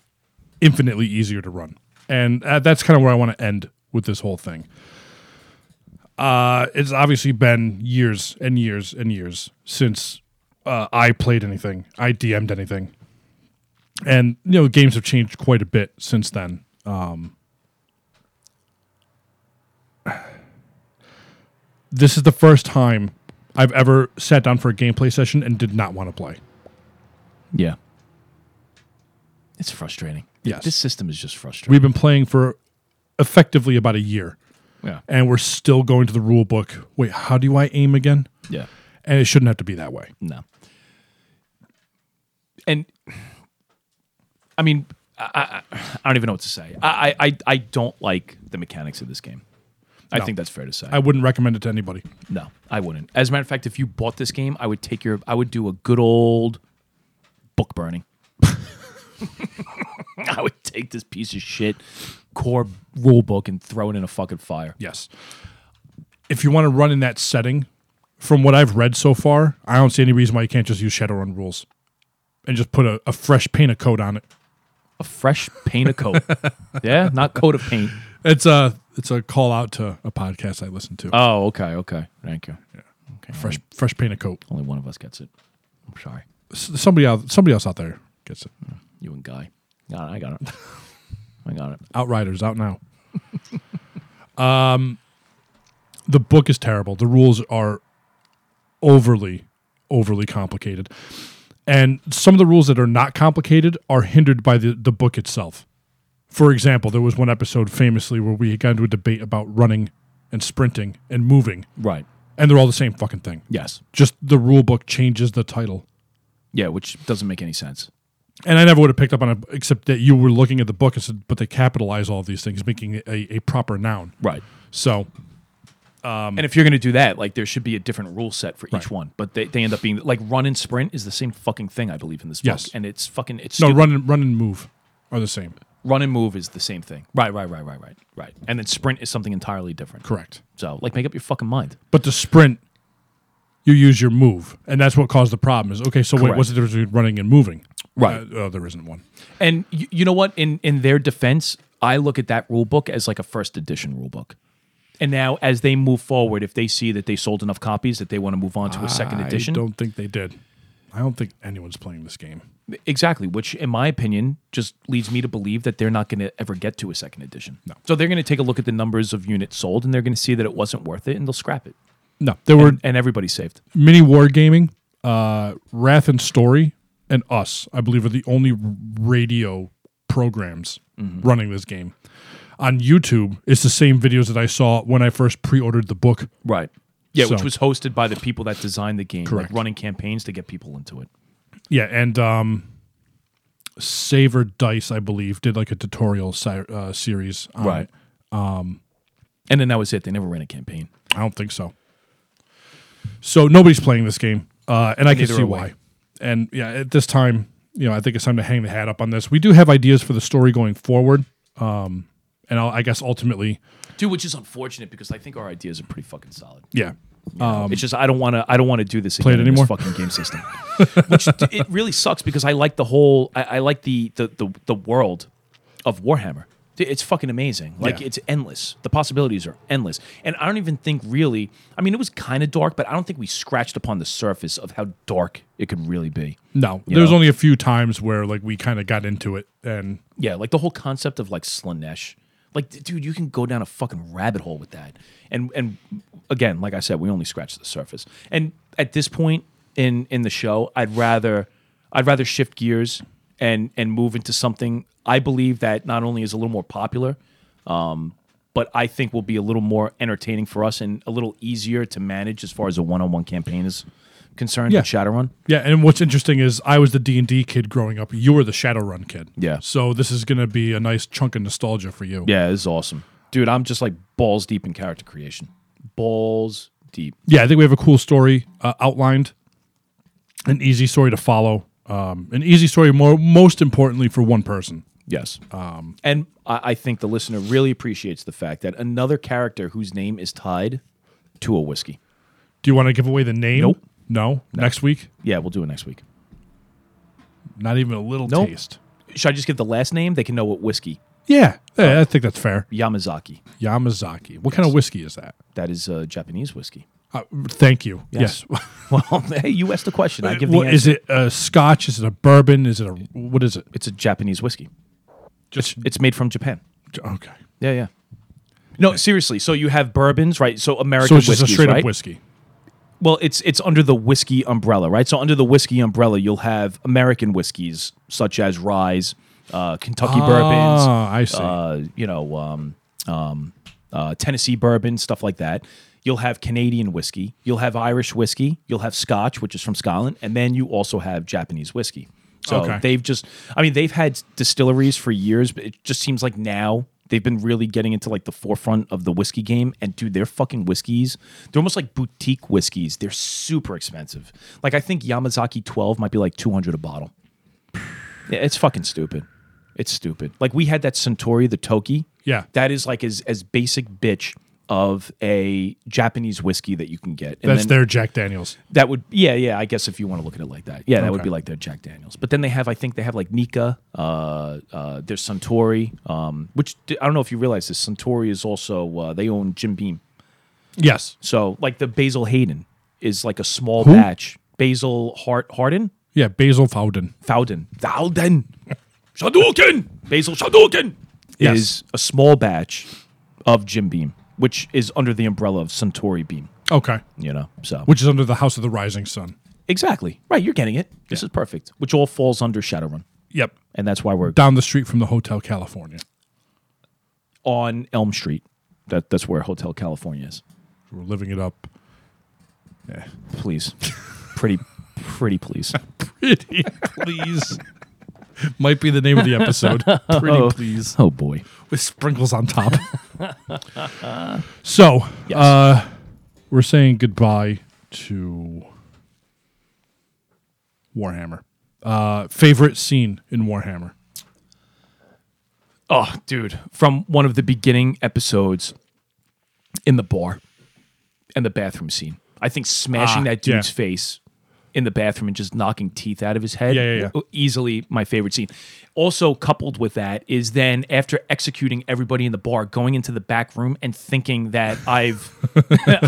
infinitely easier to run, and uh, that's kind of where I want to end with this whole thing. Uh, it's obviously been years and years and years since uh, I played anything, I DM'd anything, and you know games have changed quite a bit since then. Um, (sighs) this is the first time I've ever sat down for a gameplay session and did not want to play.
Yeah. It's frustrating.
Yes.
This system is just frustrating.
We've been playing for effectively about a year,
yeah.
and we're still going to the rule book. Wait, how do I aim again?
Yeah.
And it shouldn't have to be that way.
No. And I mean, I, I, I don't even know what to say. I, I, I- I don't like the mechanics of this game. I think that's fair to say.
I wouldn't recommend it to anybody.
no, I wouldn't. As a matter of fact, if you bought this game, I would take your, I would do a good old book burning. (laughs) I would take this piece of shit core rule book and throw it in a fucking fire.
Yes. If you want to run in that setting, from what I've read so far, I don't see any reason why you can't just use Shadowrun rules and just put a, a fresh paint of coat on it.
A fresh paint of (laughs) coat. yeah, not coat of paint.
It's a it's a call out to a podcast I listen to.
Oh, okay, okay. Thank you. Okay.
fresh fresh painted coat.
Only one of us gets it. I'm sorry.
S- somebody out, somebody else out there gets it.
You and Guy. Got it. I got it. (laughs) I got it.
Outriders out now. (laughs) um, the book is terrible. The rules are overly, overly complicated, and some of the rules that are not complicated are hindered by the the book itself. For example, there was one episode famously where we got into a debate about running and sprinting and moving,
Right.
and they're all the same fucking thing.
Yes.
Just the rule book changes the title.
Yeah, which doesn't make any sense.
and I never would have picked up on it except that you were looking at the book and said, but they capitalize all of these things, making it a, a proper noun.
Right.
So
and if you're going to do that, like there should be a different rule set for each
Right.
one. But they, they end up being like run and sprint is the same fucking thing, I believe, in this book.
Yes.
And it's fucking, it's
no,
stupid.
run and run and move are the same.
run and move is the same thing. Right, right, right, right, right, right. And then sprint is something entirely different.
Correct.
So like make up your fucking mind.
But the sprint, you use your move, and that's what caused the problem. Is okay. So wait,
Correct.
what's the difference between running and moving?
Right.
Uh, oh, there isn't one.
And you, you know what? In in their defense, I look at that rule book as like a first edition rule book. And now, as they move forward, if they see that they sold enough copies that they want to move on to a second edition,
I don't think they did. I don't think anyone's playing this game.
exactly, which in my opinion just leads me to believe that they're not going to ever get to a second edition. No. So they're going to take a look at the numbers of units sold, and they're going to see that it wasn't worth it, and they'll scrap it,
No, there were
and everybody's saved.
mini war gaming, uh, Wrath and Story, and us, I believe, are the only r- radio programs running this game. On YouTube, it's the same videos that I saw when I first pre ordered the book.
Right. Yeah, which
So-
was hosted by the people that designed the game,
Correct.
like running campaigns to get people into it.
Yeah, and um, Saver Dice, I believe, did like a tutorial si- uh, series. On
Right.
It.
Um, and then that was it. They never ran a campaign.
I don't think so. So nobody's playing this game, uh, and I can
Neither
see
are we.
why. And yeah, at this time, you know, I think it's time to hang the hat up on this. We do have ideas for the story going forward, um, and I'll, I guess ultimately,
Dude, which is unfortunate because I think our ideas are pretty fucking solid.
yeah,
it's just I don't want to. I don't want to do this.
Um, Play it
again in
anymore?
This fucking game
(laughs)
system, which d- it really sucks because I like the whole. I, I like the, the the the world of Warhammer. D- It's fucking amazing. Like
Yeah.
it's endless. The possibilities are endless. And I don't even think really. I mean, it was kind of dark, but I don't think we scratched upon the surface of how dark it could really be.
no,
You
there's
know?
only a few times where like we kind of got into it, and
Yeah, like the whole concept of like Slanesh. Like, d- dude, you can go down a fucking rabbit hole with that. And and again, like I said, we only scratched the surface. And at this point in in the show, I'd rather I'd rather shift gears and and move into something I believe that not only is a little more popular, um, but I think will be a little more entertaining for us and a little easier to manage as far as a one on one campaign is concerned
Yeah.
with Shadowrun.
yeah. And what's interesting is I was the D and D kid growing up. You were the Shadowrun kid.
Yeah.
So this is gonna be a nice chunk of nostalgia for you.
Yeah, it's awesome. Dude, I'm just like balls deep in character creation. Balls deep.
yeah, I think we have a cool story uh, outlined, an easy story to follow, um, an easy story. More, most importantly, for one person.
Yes. Um, and I, I think the listener really appreciates the fact that another character whose name is tied to a whiskey.
Do you want to give away the name?
Nope.
No. Next week,
Yeah, we'll do it next week.
not even a little
Nope.
taste.
Should I just give the last name? They can know what whiskey.
Yeah, yeah, I think that's fair.
Yamazaki.
Yamazaki. What kind of whiskey is that?
That is uh, Japanese whiskey. (laughs)
Uh, thank you. Yes.
Well, hey, you asked the question.
(laughs)
I give the
What-
answer.
is it a Scotch? Is it a bourbon? Is it a what is it?
It's a Japanese whiskey.
Just
It's made from Japan.
okay.
Yeah, yeah. No, seriously. So you have bourbons, right? So American
So it's just a
whiskeys,
straight
right?
up whiskey.
Well, it's it's under the whiskey umbrella, right? So under the whiskey umbrella, you'll have American whiskeys such as rye, uh, Kentucky
Oh,
bourbons,
I see.
uh, you know, um, um, uh, Tennessee bourbon, stuff like that. You'll have Canadian whiskey, you'll have Irish whiskey, you'll have Scotch, which is from Scotland, and then you also have Japanese whiskey. So
Okay.
they've just, I mean, they've had distilleries for years, but it just seems like now they've been really getting into like the forefront of the whiskey game. And dude, their fucking whiskeys, they're almost like boutique whiskeys. They're super expensive. Like I think Yamazaki 12 might be like 200 a bottle. Yeah, it's fucking stupid. It's stupid. Like we had that Centauri, the Toki.
Yeah.
That is like as as basic bitch of a Japanese whiskey that you can get. And
that's
then
their Jack Daniels.
that would yeah, yeah, I guess if you want to look at it like that. Yeah, that would
Okay.
be like their Jack Daniels. But then they have I think they have like Nika, uh uh there's Centauri, um which d- I don't know if you realize this Centauri is also uh, they own Jim Beam.
Yes.
So like the Basil Hayden is like a small
Who?
batch. Basil Hart Harden?
Yeah, Basil Fowden.
Fowden.
(laughs)
Fowden. Shadouken. Basil Shadouken
Yes.
is a small batch of Jim Beam, which is under the umbrella of Centauri Beam,
Okay.
you know. So
Which is under the House of the Rising Sun.
exactly. Right, you're getting it. This is perfect. Which all falls under Shadowrun.
Yep.
And that's why we're
Down the street from the Hotel California.
on Elm Street. That that's where Hotel California is.
We're living it up. (laughs)
Please. pretty pretty please.
Pretty please. (laughs) Oh. Might be the name of the (laughs) episode. Pretty please.
Oh boy.
With sprinkles on (laughs) top. so, uh, we're saying goodbye to Warhammer. Uh, favorite scene in Warhammer?
Oh, dude, from one of the beginning episodes in the bar and the bathroom scene. I think smashing
Ah,
that dude's
yeah.
face in the bathroom and just knocking teeth out of his head.
Yeah, yeah, yeah.
w- Easily my favorite scene. Also, coupled with that is then after executing everybody in the bar, going into the back room and thinking that (laughs) I've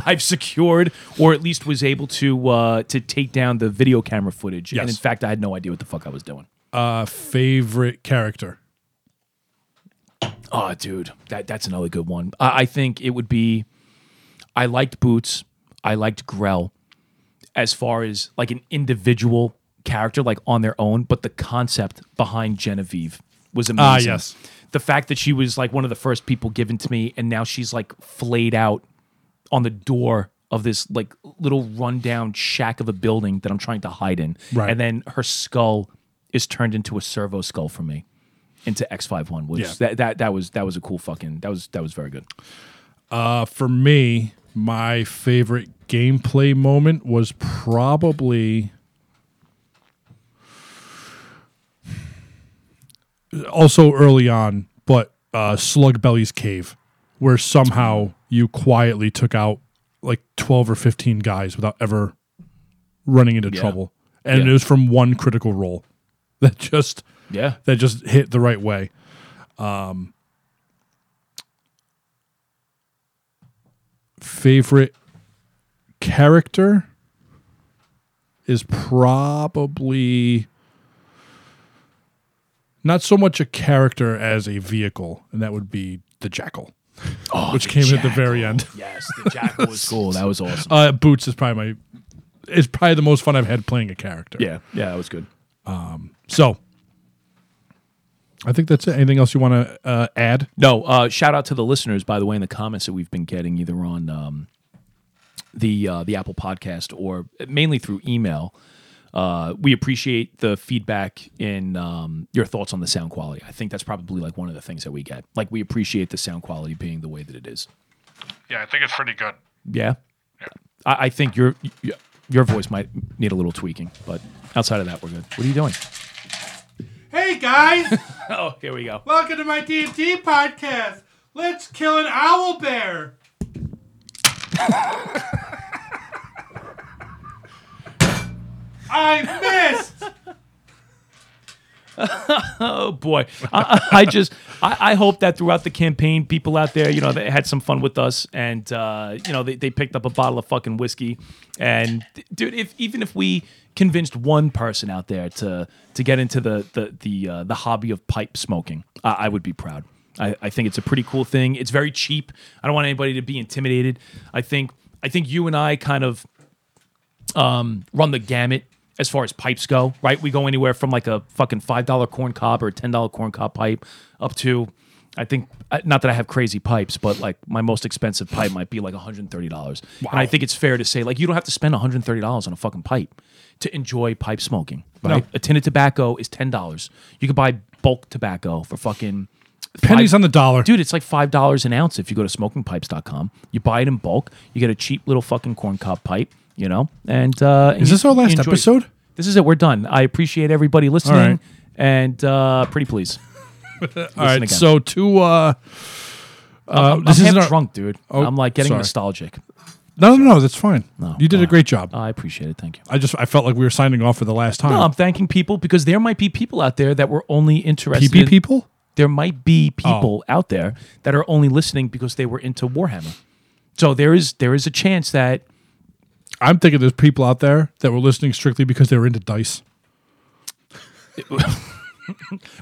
I've secured or at least was able to uh, to take down the video camera footage. And in
Yes.
fact, I had no idea what the fuck I was doing.
Uh, favorite character?
Oh, dude, that that's another good one. I, I think it would be. I liked Boots. I liked Grell, as far as like an individual character, like on their own. But the concept behind Genevieve was amazing.
yes.
the fact that she was like one of the first people given to me, and now she's like flayed out on the door of this like little rundown shack of a building that I'm trying to hide in,
Right.
and then her skull is turned into a servo skull for me into X five one, which
Yeah.
that, that that was that was a cool fucking that was that was very good.
Uh, for me, my favorite gameplay moment was probably also early on, but uh, Slug Belly's cave, where somehow you quietly took out like twelve or fifteen guys without ever running into trouble, and
Yeah.
it was from one critical roll (laughs) that just
Yeah,
that just hit the right way. Um, favorite character is probably not so much a character as a vehicle, and that would be the Jackal, which came at the very end.
yes, the jackal was cool. That was
(laughs)
awesome.
Uh, Boots is probably my is probably the most fun I've had playing a character.
Yeah, yeah, that was good.
So I think that's it. Anything else you want to uh, add?
No, uh, shout out to the listeners by the way in the comments that we've been getting either on um, the uh, the Apple Podcast or mainly through email. Uh, we appreciate the feedback and um, your thoughts on the sound quality. I think that's probably like one of the things that we get. Like we appreciate the sound quality being the way that it is.
Yeah, I think it's pretty good.
Yeah. I, I think your y- your voice might need a little tweaking, but outside of that, we're good. What are you doing?
Hey guys,
(laughs) Oh, here we go.
welcome to my D&D podcast. Let's kill an owl bear. I missed.
Oh boy, I, I I just I, I hope that throughout the campaign, people out there, you know, they had some fun with us, and uh, you know, they, they picked up a bottle of fucking whiskey, and dude, if even if we convinced one person out there to to get into the the the uh, the hobby of pipe smoking, I, I would be proud. I, I think it's a pretty cool thing. It's very cheap. I don't want anybody to be intimidated. I think I think you and I kind of run the gamut as far as pipes go, right? We go anywhere from like a fucking five dollar corn cob or a ten dollar corn cob pipe up to, I think, uh, not that I have crazy pipes, but like my most expensive pipe might be like one hundred and thirty dollars. And I think it's fair to say like you don't have to spend one hundred and thirty dollars on a fucking pipe to enjoy pipe smoking. Right? A tin of tobacco is ten dollars. You could buy bulk tobacco for fucking
Pennies
five-
on the dollar.
Dude, it's like five dollars an ounce if you go to smokingpipes.com. You buy it in bulk, you get a cheap little fucking corn cob pipe, you know. And uh
Is this our last episode?
This is it. We're done. I appreciate everybody listening
All right.
and uh pretty please.
All right.
again.
So to uh, uh, this
I'm
is
half
not Oh,
drunk, dude. I'm like getting
sorry.
nostalgic.
no, no, no. That's fine. you did a great job.
I appreciate it. Thank you.
I just I felt like we were signing off for the last
Uh, No,
time.
I'm thanking people because there might be people out there that were only interested
PP people.
there might be people
Oh.
out there that are only listening because they were into Warhammer. So there is there is a chance that
I'm thinking there's people out there that were listening strictly because they were into dice.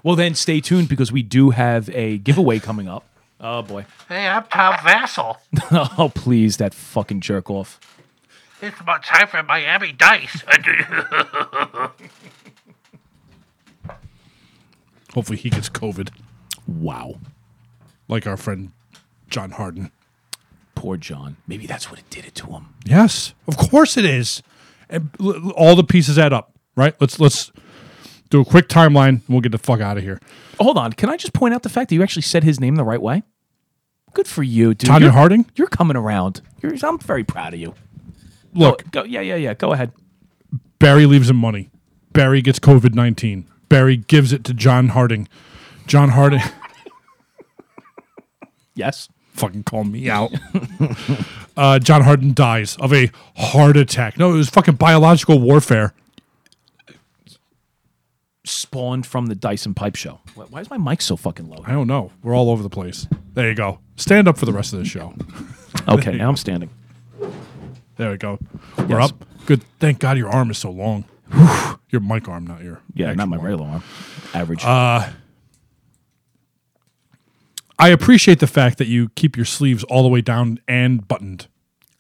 Well, then stay tuned because we do have a giveaway coming up. (laughs) Oh boy!
Hey, I'm Tom Vassell.
Oh please, that fucking jerk off.
It's about time for Miami Dice.
Hopefully, he gets COVID
Wow,
like our friend John Harden.
poor John. Maybe that's what it did it to him.
Yes, of course it is. And l- l- all the pieces add up, right? Let's let's do a quick timeline. And we'll get the fuck out of here.
Hold on, can I just point out the fact that you actually said his name the right way? Good for you, dude.
Tanya
you're,
Harding?
you're coming around. You're, I'm very proud of you.
Look,
Go, yeah, yeah, yeah. Go ahead.
Barry leaves him money. Barry gets COVID nineteen. Barry gives it to John Harding. John Harding. (laughs)
Yes.
fucking call me out. uh, John Harden dies of a heart attack. No, it was fucking biological warfare.
Spawned from the Dyson Pipe Show. Why why is my mic so fucking
(laughs)
low?
I don't know. We're all over the place. There you go. Stand up for the rest of the show.
Okay, now I'm standing.
There we go. We're
Yes.
up. Good. Thank God your arm is so long. (sighs) Your mic arm, not your.
Yeah,
actual
not my
arm.
regular arm. Average.
Uh, I appreciate the fact that you keep your sleeves all the way down and buttoned.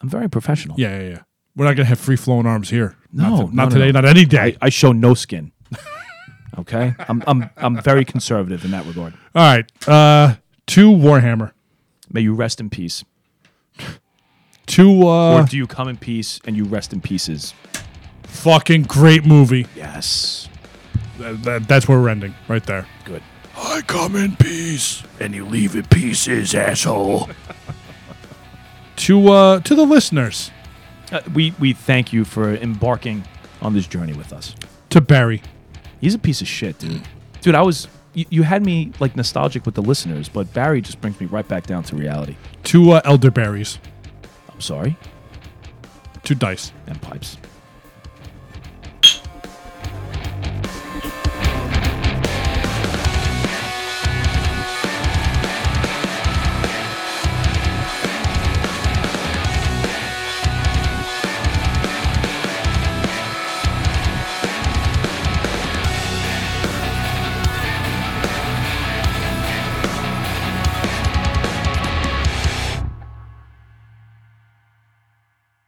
I'm very professional.
Yeah, yeah, yeah. We're not gonna have free flowing arms here.
No,
not, to-
no,
not
no,
today.
no.
Not any day.
I show no skin. Okay, I'm I'm I'm very conservative in that regard.
all right. Uh, two Warhammer.
May you rest in peace,
Two.
or
Uh,
do you come in peace and you rest in pieces?
fucking great movie.
Yes,
That- that- that's where we're ending right there.
good.
I come in peace, and you leave in pieces, asshole. to uh, to the listeners,
Uh, we we thank you for embarking on this journey with us.
to Barry,
He's a piece of shit, dude. Dude, I was you, you had me like nostalgic with the listeners, but Barry just brings me right back down to reality.
to uh, elderberries,
I'm sorry,
to dice.
and pipes.